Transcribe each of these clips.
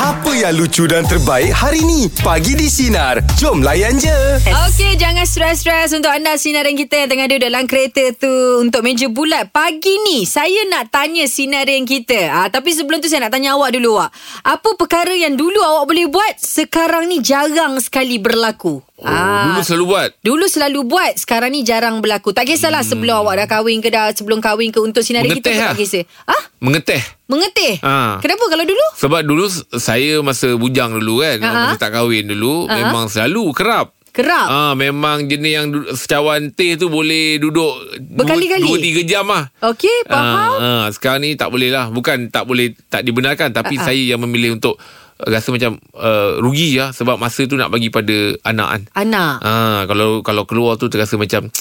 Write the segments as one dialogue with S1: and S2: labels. S1: Apa yang lucu dan terbaik hari ni? Pagi di Sinar. Jom layan je.
S2: Okey, jangan stres-stres untuk anda sinarin kita yang tengah duduk dalam kereta tu untuk meja bulat. Pagi ni saya nak tanya sinarin kita. Ah, tapi sebelum tu saya nak tanya awak dulu awak. Apa perkara yang dulu awak boleh buat sekarang ni jarang sekali berlaku? Ah,
S3: Oh, dulu selalu buat.
S2: Dulu selalu buat Sekarang ni jarang berlaku Tak kisahlah hmm. sebelum awak dah kahwin ke dah Sebelum kahwin ke Untuk sinarin kita
S3: Mengeteh
S2: pun
S3: lah.
S2: Tak kisah Ah,
S3: Mengeteh.
S2: Mengetih?
S3: Ah.
S2: Kenapa kalau dulu?
S3: Sebab dulu s- saya masa bujang dulu kan,
S2: Ha-ha.
S3: uh-huh. masa tak kahwin
S2: Ha-ha.
S3: dulu, uh-huh. memang selalu kerap.
S2: Ah. Kerap
S3: Ah, memang jenis yang du- secawan teh tu boleh duduk
S2: Berkali-kali?
S3: 2 3 jam lah.
S2: Okey, faham
S3: Ah, ah, sekarang ni tak boleh lah. Bukan tak boleh tak dibenarkan
S2: Ah, ah.
S3: tapi uh-huh. saya yang memilih untuk uh, rasa macam uh, rugi lah sebab masa tu nak bagi pada anak kan.
S2: Anak
S3: Ah, kalau kalau keluar tu terasa macam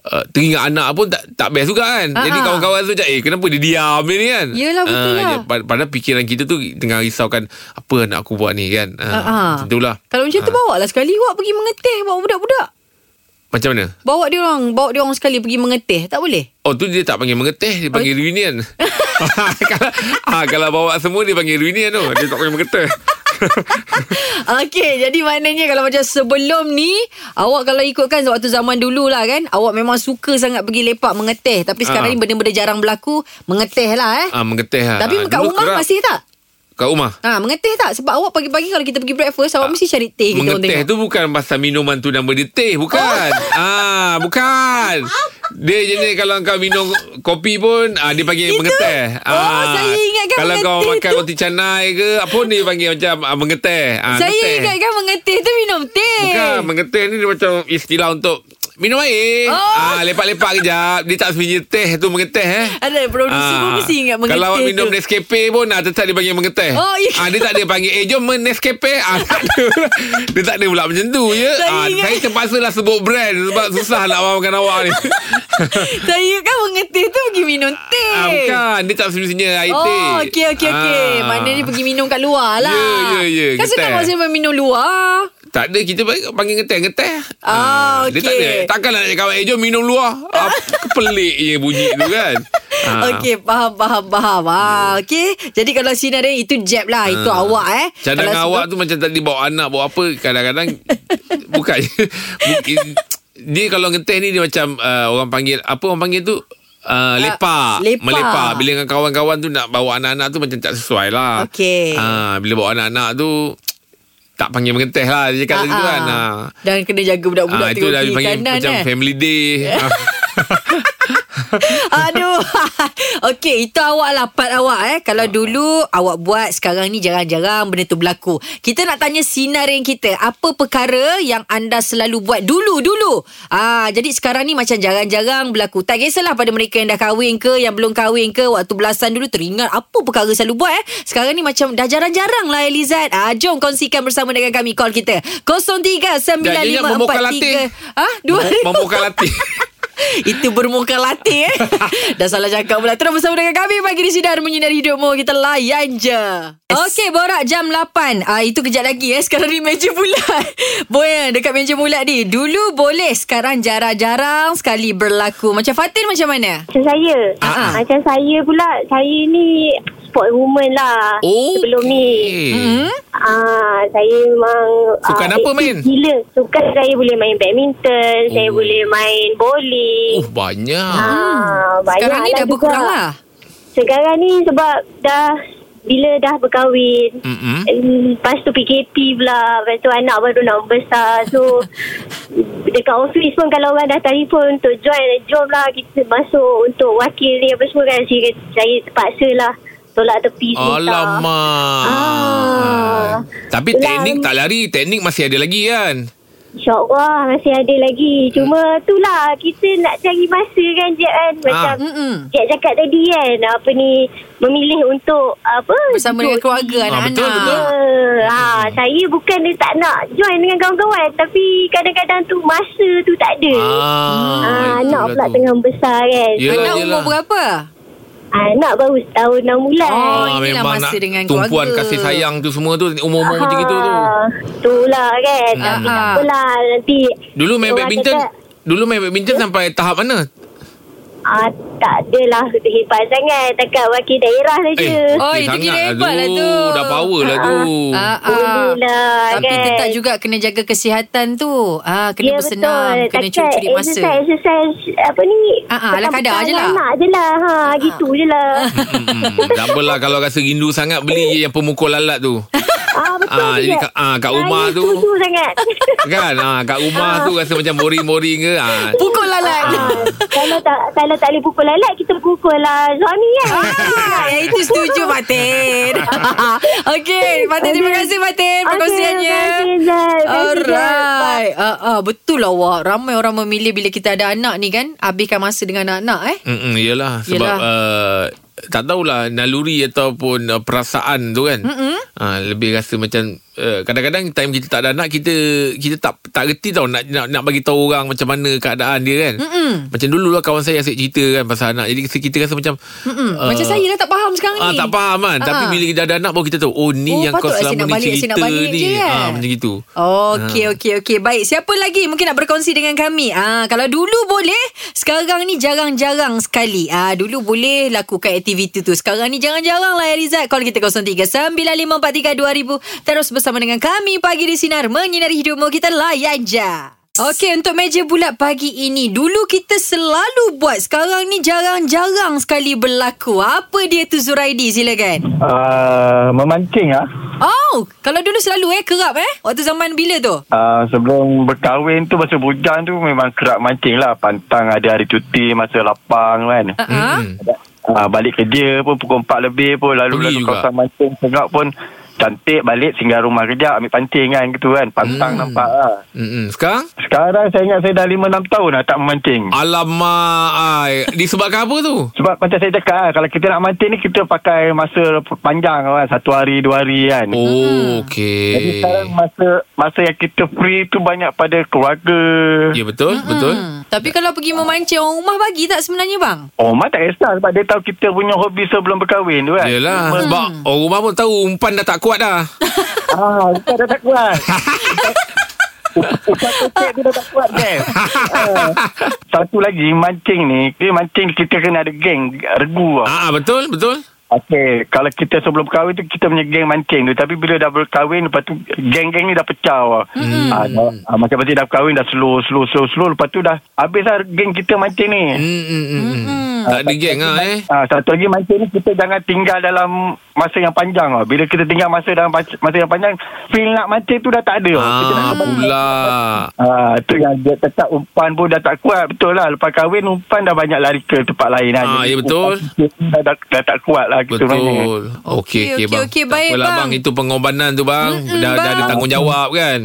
S3: Uh, teringat anak pun tak tak best juga kan.
S2: Ah,
S3: Jadi
S2: ah.
S3: kawan-kawan tu macam eh kenapa dia diam ni kan.
S2: Yelah, betul lah.
S3: je- pad- Padahal pikiran kita tu tengah risaukan apa anak aku buat ni kan.
S2: Ah, ah.
S3: Uh, Macam itulah.
S2: Kalau macam tu
S3: Ah.
S2: bawa lah sekali awak pergi mengetih bawa budak-budak.
S3: Macam mana?
S2: Bawa dia orang, bawa dia orang sekali pergi mengetih, tak boleh?
S3: Oh tu dia tak panggil mengeteh Dia panggil
S2: Oh.
S3: reunion kalau, ah, kalau bawa semua Dia panggil reunion tu Dia tak panggil mengeteh
S2: Okey, jadi maknanya kalau macam sebelum ni, awak kalau ikutkan waktu zaman dulu lah kan, awak memang suka sangat pergi lepak mengetih. Tapi sekarang
S3: Ah.
S2: ni benda-benda jarang berlaku, mengetih lah eh.
S3: ah, Mengeteh lah
S2: Tapi
S3: ah,
S2: kat
S3: dulu
S2: rumah
S3: kerap.
S2: masih tak?
S3: Kat rumah
S2: Ha, mengetih tak? Sebab awak pagi-pagi kalau kita pergi breakfast, awak mesti cari teh Eh, kita orang
S3: Mengeteh
S2: tengok.
S3: Ah.
S2: Oh.
S3: tu bukan pasal minuman tu nama dia teh Bukan ah, Bukan Dia jenis kalau kau minum kopi pun ah, Dia panggil
S2: Itu?
S3: mengeteh
S2: Oh, saya ingatkan
S3: Kalau kau
S2: mengeteh
S3: makan
S2: tu.
S3: roti canai ke Apa ni dia panggil macam ah, mengeteh ah,
S2: Saya
S3: geteh.
S2: ingatkan mengetih tu minum teh.
S3: Bukan mengeteh ni dia macam istilah untuk Minum
S2: Oh.
S3: air ah, Lepak-lepak kejap Dia tak sebiji teh tu mengeteh eh
S2: Ada produser pun
S3: Ah,
S2: Oh, mesti ingat mengetih
S3: Kalau awak
S2: tu.
S3: minum Nescafe pun ah, Tetap dia panggil mengeteh
S2: Oh, ya.
S3: ah, Dia tak ada panggil Eh jom men- Nescafe ah, tak ada. Dia tak ada pula macam tu ya.
S2: Saya
S3: Ah,
S2: ingat.
S3: saya terpaksa lah sebut brand Sebab susah nak maafkan awak ni
S2: Saya kan mengetih tu pergi minum teh.
S3: ah, Bukan Dia tak semestinya air teh
S2: Oh, okey, okey, okey.
S3: Ah.
S2: Maknanya pergi minum kat luar lah.
S3: Ya, ya, ya,
S2: Kan
S3: getah.
S2: senang maksudnya minum luar.
S3: Tak ada kita panggil panggil ngeteh ngeteh.
S2: Ah,
S3: Dia tak
S2: okey.
S3: ada. Takkan nak kawan eh jom minum luar. Ah, pelik je bunyi tu kan. Ah. Ya.
S2: Okey, faham, faham, faham. Ha, okey. Jadi kalau sinar dia, itu jab lah. Itu awak eh.
S3: Cadangan
S2: Kalau
S3: Ah. awak tu macam tadi bawa anak bawa apa kadang-kadang bukan mungkin dia kalau ngeteh ni dia macam uh, orang panggil apa orang panggil tu Uh, lepak,
S2: lepak.
S3: Melepak Bila dengan kawan-kawan tu Nak bawa anak-anak tu Macam tak sesuai lah
S2: Okey.
S3: Ah, Bila bawa anak-anak tu Tak panggil mengeteh lah Dia cakap
S2: Ah,
S3: tadi tu
S2: ah.
S3: kan Ah.
S2: Dan kena jaga budak-budak
S3: Ah,
S2: tu
S3: itu dah
S2: kiri
S3: dipanggil
S2: kanan,
S3: macam
S2: eh.
S3: family day. Ah.
S2: Aduh. Okey, itu awak lah part awak eh. Kalau dulu awak buat, sekarang ni jarang-jarang benda tu berlaku. Kita nak tanya sinarin kita, apa perkara yang anda selalu buat dulu dulu? Ah, jadi sekarang ni macam jarang-jarang berlaku. Tak kisahlah pada mereka yang dah kahwin ke, yang belum kahwin ke, waktu belasan dulu teringat apa perkara selalu buat eh. Sekarang ni macam dah jarang-jarang lah Elizad. Ah, jom kongsikan bersama dengan kami call kita. 03
S3: Janjinya memukul latih.
S2: 9543. Ah, dua
S3: Mem- Memukul latih.
S2: itu bermuka latih eh. Dah salah cakap pula. Terus bersama dengan kami pagi di Sinar Menyinari Hidupmu. Kita layan je. Okey, Borak jam 8. Ah, itu kejap lagi eh. Sekarang ni meja bulat. Boy, dekat meja bulat ni. Dulu boleh. Sekarang jarang-jarang sekali berlaku. Macam Fatin macam mana?
S4: Macam saya
S3: Ah, ah.
S4: Macam saya pula Saya ni Sport woman lah
S3: Oh.
S4: Sebelum ni
S3: okey.
S2: Mm-hmm.
S4: Ah, Saya memang
S3: Sukan
S4: ah,
S3: apa
S4: aktif
S3: main?
S4: Gila Sukan saya boleh main badminton oh. Saya boleh main bowling
S3: Oh, Hmm. banyak.
S4: Ah, banyak
S2: Sekarang ni
S4: lah
S2: dah
S4: juga.
S2: berkurang lah.
S4: Sekarang ni sebab dah Bila dah berkahwin
S3: Mm-mm.
S4: Eh, Lepas tu PKP pula Lepas tu anak baru nak besar So Dekat office pun Kalau orang dah telefon Untuk join Jom lah Kita masuk Untuk wakil ni Apa semua kan Saya, saya terpaksa lah Tolak tepi sebentar.
S3: Alamak.
S4: Ah.
S3: Tapi
S4: Ulang.
S3: teknik tak lari. Teknik masih ada lagi kan?
S4: InsyaAllah Masih ada lagi Cuma tu lah Kita nak cari masa kan Jeb kan Macam
S3: Hmm. Ah.
S2: Mm-mm.
S4: Jeb cakap tadi kan Apa ni Memilih untuk Apa
S2: Bersama dengan
S4: duduk
S2: keluarga, lah,
S3: Ah,
S2: anak-anak.
S3: betul, Hmm.
S4: Ya, ha, saya bukan dia tak nak join dengan kawan-kawan tapi kadang-kadang tu masa tu tak ada.
S3: Ah,
S4: Eh. Ah,
S3: itulah
S4: anak pula
S3: tu.
S4: tengah besar kan.
S3: Ya. Yelah,
S2: Anak umur
S3: yelah.
S2: berapa?
S4: Anak baru setahun enam bulan.
S2: Oh,
S3: Ah,
S2: inilah
S3: memang
S2: masa
S3: nak
S2: dengan
S3: tumpuan
S2: keluarga.
S3: kasih sayang tu semua tu umur-umur macam gitu tu.
S4: Itulah Ah, kan.
S2: Ah,
S4: Tapi
S2: ah.
S4: tak apalah nanti
S3: Dulu main
S4: orang
S3: badminton
S4: cakap,
S3: Dulu main badminton sampai tahap mana?
S4: Ah, tak adalah hebat sangat. Takkan wakil daerah saja.
S3: Eh,
S2: Oh,
S3: okey
S2: itu kira
S3: sangat
S2: hebat lah tu.
S3: Dah power lah
S4: Ah,
S3: tu.
S2: Ah, ah.
S4: Boleh lah,
S2: Tapi
S4: kan?
S2: tetap juga kena jaga kesihatan tu. Ah,
S4: Ya,
S2: kena bersenam, kena
S4: Takkan
S2: curi-curi masa.
S4: Exercise, exercise apa ni?
S2: Ah, ah, ala kadar je lah.
S4: Anak je lah. Ha, gitu je lah.
S3: Hmm, double lah kalau rasa rindu sangat beli je yang pemukul lalat tu.
S4: ah, betul
S3: Ah,
S4: juga.
S3: jadi kat- ah, kat rumah
S4: Saya
S3: tu.
S4: setuju sangat.
S3: Kan? Ha, kat rumah tu rasa macam boring-boring ke. Ha.
S2: Pukul lalat.
S4: Ah, kalau tak kalau tak boleh pukul lalat kita pukul lah suami kan.
S2: Ah, yang itu setuju Fatin. Okey, Fatin terima kasih Fatin perkongsiannya.
S4: Okey, terima kasih, Zai. Terima kasih, Zai.
S2: Alright. Uh, uh, betul lah awak. Ramai orang memilih bila kita ada anak ni kan, habiskan masa dengan anak-anak eh.
S3: Mm-mm, yelah sebab
S2: Yelah.
S3: Uh, tak tahulah naluri ataupun uh, perasaan tu kan. Uh, lebih rasa macam uh, kadang-kadang time kita tak ada anak kita kita tak tak reti tau nak nak, nak bagi tahu orang macam mana keadaan dia kan. Mm-mm. Macam dulu lah kawan saya asyik cerita kan pasal anak. Jadi kita rasa macam uh,
S2: Hmm, macam saya dah tak faham sekarang
S3: Ah,
S2: ni.
S3: tak faham kan
S2: Ah,
S3: Tapi
S2: ah.
S3: bila kita ada anak Baru kita tahu Oh ni
S2: Oh,
S3: yang kau
S2: patutlah asyik
S3: selama
S2: nak
S3: ni
S2: balik, asyik
S3: cerita
S2: nak balik
S3: ni
S2: je kan?
S3: ah, Macam gitu
S2: Okey, okey, okey. Baik, siapa lagi mungkin nak berkongsi dengan kami? Ah, kalau dulu boleh, sekarang ni jarang-jarang sekali. Ah, dulu boleh lakukan aktiviti tu. Sekarang ni jarang-jarang lah Elizad. Call kita 0395432000. Terus bersama dengan kami pagi di sinar menyinari hidupmu kita layan je. Okey, untuk meja bulat pagi ini. Dulu kita selalu buat. Sekarang ni jarang-jarang sekali berlaku. Apa dia tu Zuraidi? Silakan.
S5: Uh, memancing ah.
S2: Oh, kalau dulu selalu eh, kerap eh. Waktu zaman bila tu?
S5: Uh, sebelum berkahwin tu masa bujang tu memang kerap mancing lah pantang ada hari cuti masa lapang kan
S3: Ah.
S2: Uh-huh.
S5: uh, balik kerja pun pukul 4 lebih pun
S3: Pergi
S5: lalu-lalu
S3: juga.
S5: kawasan mancing tengok pun cantik balik singgah rumah kerja ambil pancing kan gitu kan
S3: Hmm.
S5: pantang nampak lah
S3: Mm-mm. Sekarang
S5: sekarang saya ingat saya dah 5-6 tahun dah tak memancing
S3: Alamak ai. Disebabkan apa tu
S5: sebab macam saya cakap lah, kalau kita nak mancing ni kita pakai masa panjang kan satu hari dua hari kan
S3: Oh
S5: Jadi
S3: okey.
S5: sekarang masa masa yang kita free tu banyak pada keluarga.
S3: Ya betul Betul
S2: Hmm. Tapi kalau pergi memancing orang rumah bagi tak sebenarnya bang?
S5: Oh, mak tak kisah sebab dia tahu kita punya hobi sebelum berkahwin tu kan.
S3: Yelah Sebab orang rumah pun tahu Umpan dah tak kuat dah
S5: Ah, kita dah tak kuat. Upat kecil tu dah tak kuat kan. Ah. Satu lagi mancing ni, dia mancing kita kena ada geng regu tau.
S3: ah, ah, Betul Betul
S5: Okey, kalau kita sebelum berkahwin tu kita punya geng mancing tu tapi bila dah berkahwin lepas tu geng-geng ni dah pecah tau. Hmm. Ah, dah- ah, macam pasti dah berkahwin dah slow slow slow slow lepas tu dah habis lah geng kita mancing ni.
S3: mm, mm, mm, mm. Tak ada geng lah eh
S5: Ah, satu lagi masa ni kita jangan tinggal dalam masa yang panjang lah. Bila kita tinggal masa dalam pac- masa yang panjang, feel nak mati tu dah tak ada. tau. Kita nak
S3: Ah,
S5: kembali.
S3: pula
S5: Ah, tu yang dia tetap umpan pun dah tak kuat betul lah lepas kahwin umpan dah banyak lari ke tempat lain lah.
S3: Ah,
S5: Jadi
S3: ya, betul.
S5: umpan kita pun dah, dah, dah tak kuat lah kita sebenarnya.
S3: Betul Okey
S2: eh. Okey,
S3: okey bang
S2: okey,
S3: Tak
S2: baik,
S3: apalah,
S2: bang.
S3: bang Itu pengorbanan tu bang
S2: Mm-mm,
S3: dah, dah ada
S2: bang.
S3: tanggungjawab kan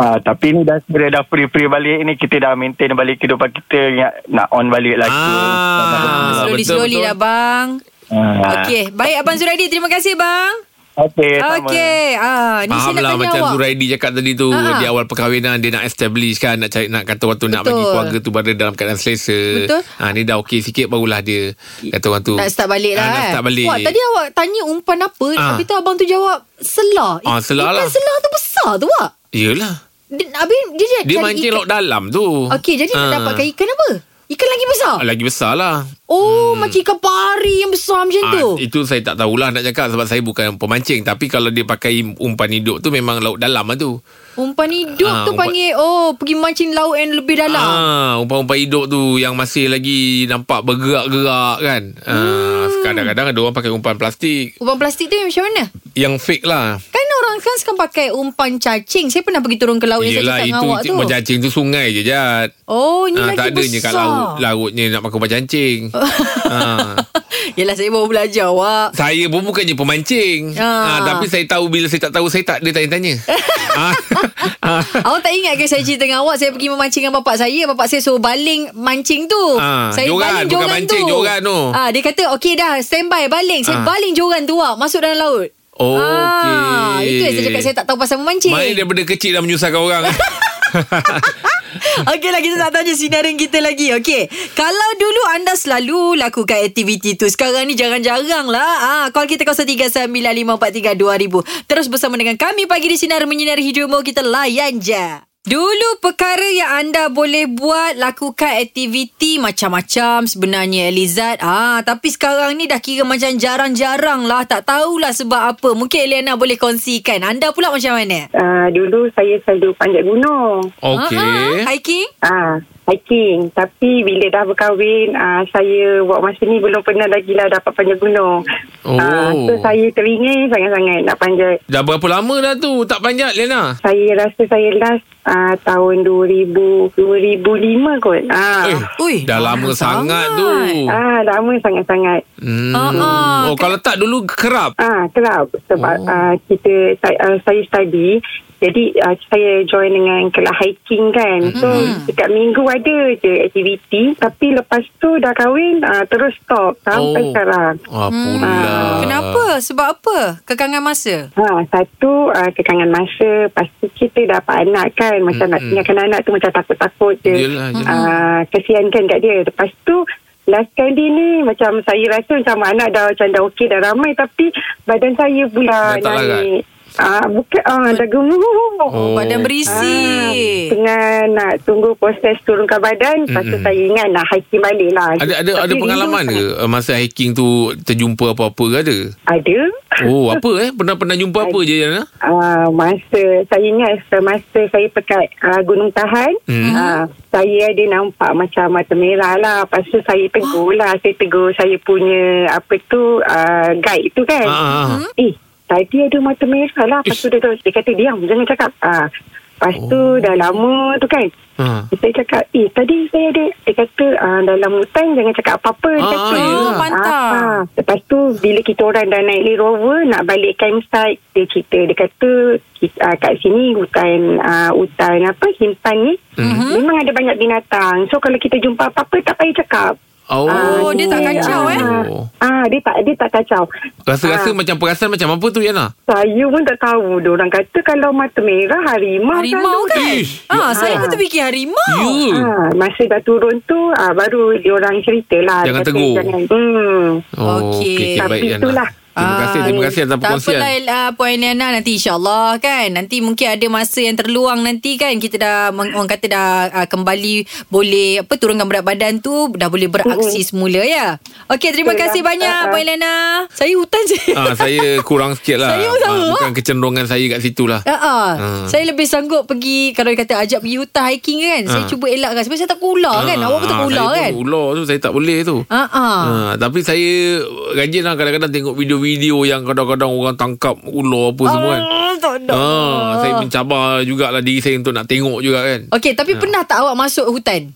S5: Ah, tapi ni dah kira dah free-free balik ni kita dah maintain balik kehidupan kita yang nak on balik lagi.
S3: Ah,
S2: Slowly
S3: betul,
S2: slowly
S3: betul.
S2: lah bang.
S5: Ah.
S2: Okey, baik abang Zuraidi terima kasih bang.
S5: Okey. sama.
S2: Okey. Ah, ni saya
S3: Faham
S2: nak
S3: lah
S2: tanya
S3: macam
S2: awak.
S3: Zuraidi cakap tadi tu
S2: Ha.
S3: Di awal perkahwinan Dia nak establish kan Nak cari nak kata waktu Nak
S2: Betul.
S3: bagi keluarga tu Berada dalam keadaan selesa
S2: Betul.
S3: ha, Ni dah okey sikit Barulah dia Kata orang tu
S2: Nak start balik lah
S3: Ah, Nak
S2: eh.
S3: start balik
S2: Wah, tadi awak tanya umpan apa,
S3: Ah.
S2: habis tu abang tu jawab selah.
S3: Ah, selah
S2: Ikan
S3: lah.
S2: selah tu besar tu wak.
S3: Yelah
S2: Dia, habis dia, dia
S3: Dia mancing laut dalam tu
S2: Okey, jadi nak
S3: Ah.
S2: dapatkan ikan apa? Ikan lagi besar?
S3: Ah, Lagi besar lah
S2: Oh, macam ikan pari yang besar macam
S3: Ah,
S2: tu.
S3: Itu saya tak tahulah nak cakap Sebab saya bukan pemancing Tapi kalau dia pakai umpan hidup tu Memang laut dalam lah tu
S2: Umpan hidup
S3: Ah,
S2: tu
S3: umpan-
S2: panggil Oh pergi mancing laut yang lebih dalam
S3: Ah, umpan-umpan hidup tu yang masih lagi nampak bergerak-gerak kan. Ah,
S2: Hmm.
S3: kadang-kadang ada orang pakai umpan plastik
S2: Umpan plastik tu yang macam mana?
S3: yang fake lah.
S2: Kan orang kan sekarang pakai umpan cacing Saya pernah pergi turun ke laut Oh, yang
S3: Yelah
S2: Saya cakap dengan
S3: itu
S2: awak tu
S3: macam cacing tu sungai je Jad
S2: Oh ni
S3: Ah,
S2: lagi
S3: tak adanya
S2: besar
S3: kat laut Lah. Lautnya nak makan macam cacing ha.
S2: Yelah saya baru belajar awak
S3: Saya pun bukannya pemancing
S2: Ah.
S3: ah. Tapi saya tahu bila saya tak tahu Saya tak ada tanya-tanya ah. Ah.
S2: Awak tak ingat ke saya cerita dengan awak Saya pergi memancing dengan bapak saya Bapak saya suruh baling mancing tu
S3: Ah,
S2: Saya
S3: joran,
S2: baling
S3: bukan
S2: joran
S3: mancing,
S2: tu
S3: joran tu.
S2: ah, Dia kata okey dah stand by baling Saya
S3: Ah.
S2: baling joran tu awak Masuk dalam laut
S3: Oh,
S2: Ah,
S3: okey.
S2: Itu yang saya cakap saya tak tahu pasal memancing
S3: Main daripada kecil dah menyusahkan orang eh?
S2: Okeylah lah, kita nak tanya sinarin kita lagi Okey Kalau dulu anda selalu lakukan aktiviti tu Sekarang ni jarang-jarang lah ah, Call kita 0395432000 Terus bersama dengan kami Pagi di Sinar Menyinari Hidupmu Kita layan je Dulu perkara yang anda boleh buat, lakukan aktiviti macam-macam sebenarnya Elizad. Ah, tapi sekarang ni dah kira macam jarang-jarang lah. Tak tahulah sebab apa. Mungkin Eliana boleh kongsikan. Anda pula macam mana?
S6: Uh, dulu saya selalu panjat gunung.
S3: Okey.
S2: Ah, hiking?
S6: Ah, hiking. Tapi bila dah berkahwin, ah, saya buat masa ni belum pernah lagi lah dapat panjat gunung.
S3: Oh.
S6: Ah, so saya teringin sangat-sangat nak panjat.
S3: Dah berapa lama dah tu tak panjat Lena?
S6: Saya rasa saya last ah, tahun 2000, 2005 kot. Ah.
S3: Eh,
S2: Ui,
S3: dah lama sangat, tu.
S6: Ah, lama sangat-sangat.
S3: Hmm.
S2: Ah, ah.
S3: oh, kalau tak dulu kerap.
S6: Ah, kelab sebab oh. ah, kita saya, ah, saya study. Jadi ah, saya join dengan kelab hiking kan. So dekat minggu ada je aktiviti tapi lepas tu dah kahwin ah, terus stop sampai
S3: Oh.
S6: sekarang.
S3: Ah, pula.
S2: hmm. Kenapa? Sebab apa? Kekangan masa?
S6: Ha, satu uh, kekangan masa Pasti kita dapat anak kan Macam nak tinggalkan anak tu Macam takut-takut je
S3: Yelah, yelah.
S6: uh, Kesian kan kat dia Lepas tu Last kali ni Macam saya rasa Macam anak dah Macam dah okey dah ramai Tapi Badan saya pula
S3: Dah tak larat.
S6: naik Ah, uh, bukan ah, dah gemuk.
S3: Oh.
S2: Badan berisi.
S6: Ah. Tengah nak tunggu proses turunkan badan Lepas tu saya ingat nak hiking balik lah
S3: Ada ada
S6: Tapi
S3: ada
S6: rindu
S3: pengalaman
S6: sangat.
S3: ke eh, masa hiking tu terjumpa apa-apa ke ada?
S6: Ada
S3: Oh, apa eh? Pernah pernah jumpa apa je Lena?
S6: Uh, masa saya ingat semasa saya dekat uh, Gunung Tahan
S3: Hmm.
S6: hmm. uh, saya ada nampak macam mata merah lah lepas tu saya tegur lah saya tegur saya punya apa tu uh, guide tu kan
S3: Ah, ah, ah.
S6: eh tadi ada mata merah lah lepas tu dia, tu- dia kata diam jangan cakap uh, lepas tu
S3: Oh.
S6: dah lama tu kan
S3: Ah.
S6: saya cakap eh tadi saya ada dia kata uh, dalam hutan jangan cakap apa-apa
S3: Ah,
S6: dia kata.
S3: yelah.
S2: Oh, pantang.
S6: Ah, ah. lepas tu bila kita orang dah naik Land Rover nak balik campsite dia cerita dia kata kita, uh, kat sini hutan uh, hutan apa simpan ni mm-hmm.
S2: Mhm.
S6: memang ada banyak binatang so kalau kita jumpa apa-apa tak payah cakap
S3: Oh.
S2: Oh, dia tak kacau, eh?
S3: Oh.
S6: Ah, dia tak dia tak kacau.
S3: Rasa-rasa
S6: Ah.
S3: macam perasan macam apa tu Yana?
S6: Saya pun tak tahu. Diorang kata kalau mata merah harimau.
S2: Harimau
S6: selalu-
S2: kan?
S3: Ish. Ya.
S2: Ah,
S6: Ya.
S2: saya pun terfikir harimau.
S3: You.
S6: Ah, masa dah turun tu ah, baru diorang cerita lah. Dia
S3: Jangan
S6: kata
S3: tegur.
S6: Jangan, hmm,
S2: Okey.
S3: Oh,
S2: Ah,
S3: okey, okay,
S6: Tapi
S3: baik Yana.
S6: itulah.
S3: Terima kasih, terima kasih atas
S2: Tak
S3: perkongsian.
S2: apalah uh, Puan Eliana Nanti insyaAllah kan Nanti mungkin ada masa yang terluang nanti kan Kita dah meng- Orang kata dah uh, Kembali Boleh apa Turunkan berat badan tu Dah boleh beraksi semula ya Okey terima
S6: Betul
S2: kasih
S6: lah.
S2: banyak
S6: Ah, ah.
S2: Puan Eliana Saya hutan je
S3: Ah, saya kurang sikit lah.
S2: Saya pun sama,
S3: Ah, bukan kecenderungan saya kat situ lah.
S2: Ha ah.
S3: Ah.
S2: Saya lebih sanggup pergi kalau dia kata ajak pergi hutan hiking kan. Saya
S3: Ah.
S2: cuba elakkan sebab saya takut ular kan. Awak pun takut ular
S3: Ha. saya
S2: kan.
S3: Saya ular tu, saya tak boleh tu.
S2: Ha ah.
S3: Ha, tapi saya rajin lah kadang-kadang tengok video-video yang kadang-kadang orang tangkap ular apa semua kan.
S2: Ah, tak ada.
S3: Ha, saya mencabar jugalah diri saya untuk nak tengok juga kan.
S2: Okey, tapi pernah tak awak masuk hutan?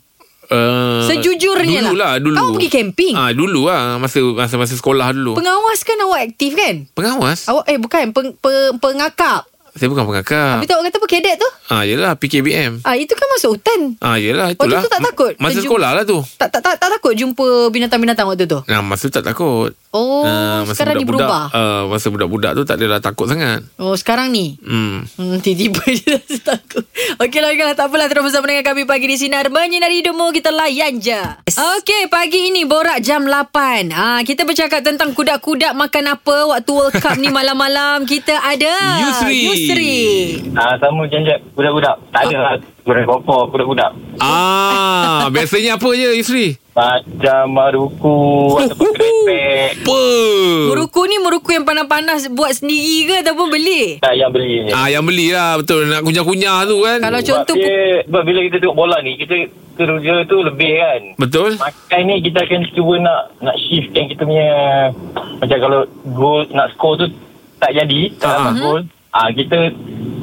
S3: Uh,
S2: Sejujurnya
S3: dulu
S2: lah.
S3: lah. dulu.
S2: Awak pergi camping?
S3: Ah, dulu lah. Masa, masa, masa sekolah dulu.
S2: Pengawas kan awak aktif kan?
S3: pengawas?
S2: Awak eh bukan peng, peng, pengakap.
S3: Saya bukan pengakak.
S2: Tapi tu awak kata apa kedek tu?
S3: Ah, yelah. PKBM.
S2: Ah itu kan masuk hutan.
S3: Ah, yelah.
S2: Waktu
S3: Itulah.
S2: Oh, tu tak takut?
S3: Masa
S2: Terjum-
S3: sekolah lah tu.
S2: Tak tak tak, tak takut jumpa binatang-binatang waktu tu.
S3: Nah, masa tu tak takut.
S2: Oh,
S3: Ah, masa
S2: sekarang ni
S3: budak-budak,
S2: berubah.
S3: ah, masa budak-budak tu tak adalah takut sangat.
S2: Oh, sekarang ni.
S3: Hmm.
S2: Hmm, tiba-tiba je rasa takut. Okey lah, Angah. tak apalah. Terus bersama dengan kami pagi di Sinar. Menyinari hidupmu, kita layan je. Okey, pagi ini borak jam 8. Ha, kita bercakap tentang kudak-kudak makan apa waktu World Cup ni malam-malam. Kita ada...
S3: Yusri.
S2: Yusri.
S7: Ah, sama macam Jeb. Budak-budak. Tak ada lah. Goreng kopor, budak-budak.
S3: Ah, biasanya apa je Yusri?
S7: Macam maruku, ataupun kerepek.
S3: Apa?
S2: Muruku ni muruku yang panas-panas buat sendiri ke ataupun beli?
S7: Tak yang beli.
S3: Ah, yang belilah betul nak kunyah-kunyah tu kan.
S2: Kalau
S7: Sebab
S2: contoh... pu-
S7: dia, sebab bila kita tengok bola ni, kita kerja tu lebih kan.
S3: betul?
S7: Makan ni kita akan cuba nak nak shift yang kita punya macam kalau goal nak score tu tak jadi, tak
S3: Ah.
S7: dapat goal. Ah kita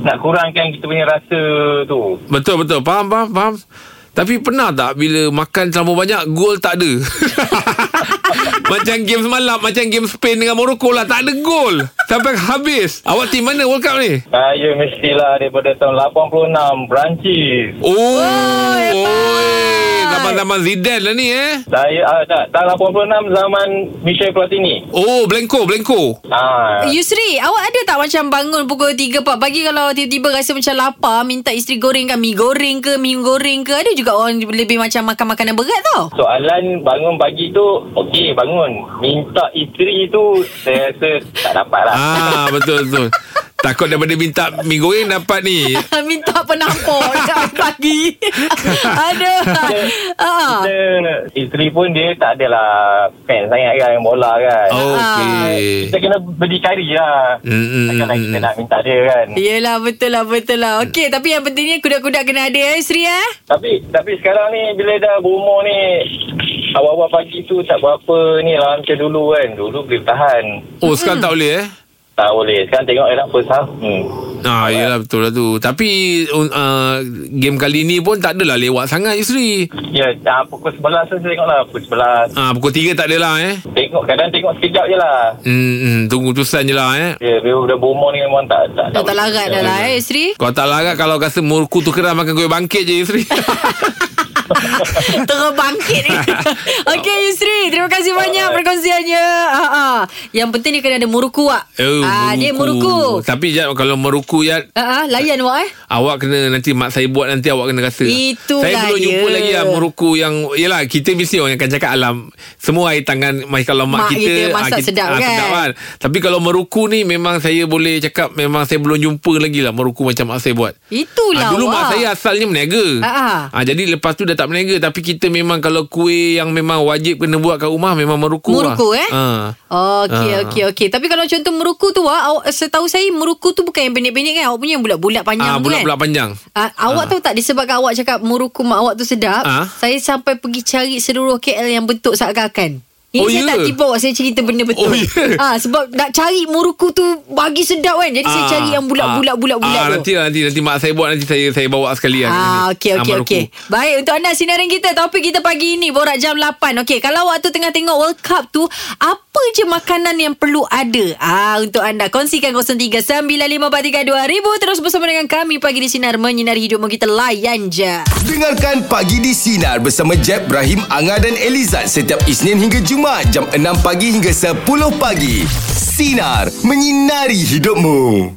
S7: nak kurangkan kita punya rasa tu.
S3: Betul betul. Faham faham faham. Tapi pernah tak bila makan terlalu banyak gol tak ada? macam game semalam, macam game Spain dengan Morocco lah tak ada gol sampai habis. Awak tim mana World Cup ni?
S7: Saya mestilah daripada tahun 86 Perancis.
S3: Oh, oi. Zaman-zaman Zidane lah ni eh.
S7: Saya ah, tak tahun 86 zaman Michel Platini.
S3: Oh, Blanco, Blanco.
S7: Ah.
S2: Yusri, awak ada tak macam bangun pukul 3, 4 pagi kalau tiba-tiba rasa macam lapar, minta isteri gorengkan mi goreng ke, mi goreng ke? Ada juga orang lebih macam makan makanan berat tau.
S7: Soalan bangun pagi tu Okey bangun Minta isteri tu Saya rasa tak dapat lah
S3: Ah, betul betul. Takut daripada minta Mie goreng dapat ni
S2: Minta penampor Dekat pagi Ada ah.
S7: Kita Isteri pun dia tak adalah Fan sangat kan Yang bola kan
S3: Oh, Okay
S7: Kita kena berdikari lah
S3: Mm-mm.
S7: Takkanlah kita nak minta dia kan
S2: Yelah betul lah Betul lah Okey tapi yang pentingnya Kuda-kuda kena ada eh Sri eh
S7: Tapi tapi sekarang ni bila dah berumur ni awal-awal pagi tu tak berapa ni lah macam dulu kan. Dulu boleh tahan.
S2: Ah.
S3: Oh sekarang tak boleh eh
S7: Tak boleh. Sekarang tengok era first half. Hmm.
S3: Ah, yelah betul lah tu Tapi uh, Game kali ni pun Tak adalah lewat sangat Isteri
S7: Ya, dah pukul 11 tu saya tengok lah. Pukul 11.
S3: Ah, Pukul 3 tak adalah eh
S7: Tengok kadang tengok sekejap je lah.
S3: Hmm, hmm, tunggu tusan je lah eh
S7: Ya, bila dah berumur ni memang tak tak.
S2: Dah tak
S7: boleh.
S2: larat dah lah eh Sri
S3: Kau tak larat kalau rasa murku tu keras makan kuih bangkit je Isteri
S2: Terbangkit ni Okey Yusri Terima kasih banyak Perkongsiannya ah, ah. Yang penting dia kena ada muruku wak
S3: Oh,
S2: ah, Dia muruku
S3: Tapi Jad, kalau meruku ya
S2: ah, ah, Layan wak eh
S3: Awak kena nanti mak saya buat nanti awak kena rasa.
S2: Itulah
S3: saya belum jumpa
S2: dia.
S3: lagi lah meruku yang yalah kita mesti orang akan cakap alam semua air tangan mai- kalau mak,
S2: Mak kita masak
S3: ah,
S2: sedap
S3: ah,
S2: kan?
S3: sedap kan. Tapi kalau meruku ni memang saya boleh cakap memang saya belum jumpa lagi lah meruku macam mak saya buat.
S2: Itulah
S3: Ah, dulu
S2: wak
S3: mak saya asalnya meniaga.
S2: Ah, ah.
S3: Ah, jadi lepas tu dah tak meniaga tapi kita memang kalau kuih yang memang wajib kena buat kat rumah memang meruku
S2: Meruku,
S3: lah.
S2: eh?
S3: Ah.
S2: Okey,
S3: Ah.
S2: okey, okey. Tapi kalau contoh meruku tu, wak, awak, setahu saya meruku tu bukan yang pendek-pendek kan? Awak punya yang bulat-bulat panjang
S3: Ah,
S2: tu kan?
S3: bulat-bulat panjang.
S2: Ah, awak tahu tak disebabkan awak cakap muruku mak awak tu sedap,
S3: Ah.
S2: saya sampai pergi cari seluruh KL yang bentuk seakan-akan. Ini
S3: Oh,
S2: saya
S3: ya?
S2: tak tipu awak Saya cerita benda betul
S3: Oh, ya?
S2: ah, Sebab nak cari muruku tu Bagi sedap kan Jadi saya
S3: Ah,
S2: cari yang bulat-bulat
S3: ah,
S2: Bulat-bulat
S3: ah,
S2: tu
S3: nanti, nanti nanti mak saya buat nanti saya saya bawa sekali lah.
S2: Ah, okey
S3: Ah,
S2: okey
S3: Maruku.
S2: okey. Baik untuk anda sinaran kita topik kita pagi ini borak jam 8. Okey, kalau awak tu tengah tengok World Cup tu, apa je makanan yang perlu ada? Ah, untuk anda kongsikan 0395432000 terus bersama dengan kami pagi di sinar menyinari hidupmu kita layan je.
S1: Dengarkan Pagi di Sinar bersama Jeb, Ibrahim, Anga dan Elizad setiap Isnin hingga Jumaat jam 6 pagi hingga 10 pagi. Sinar, menyinari hidupmu.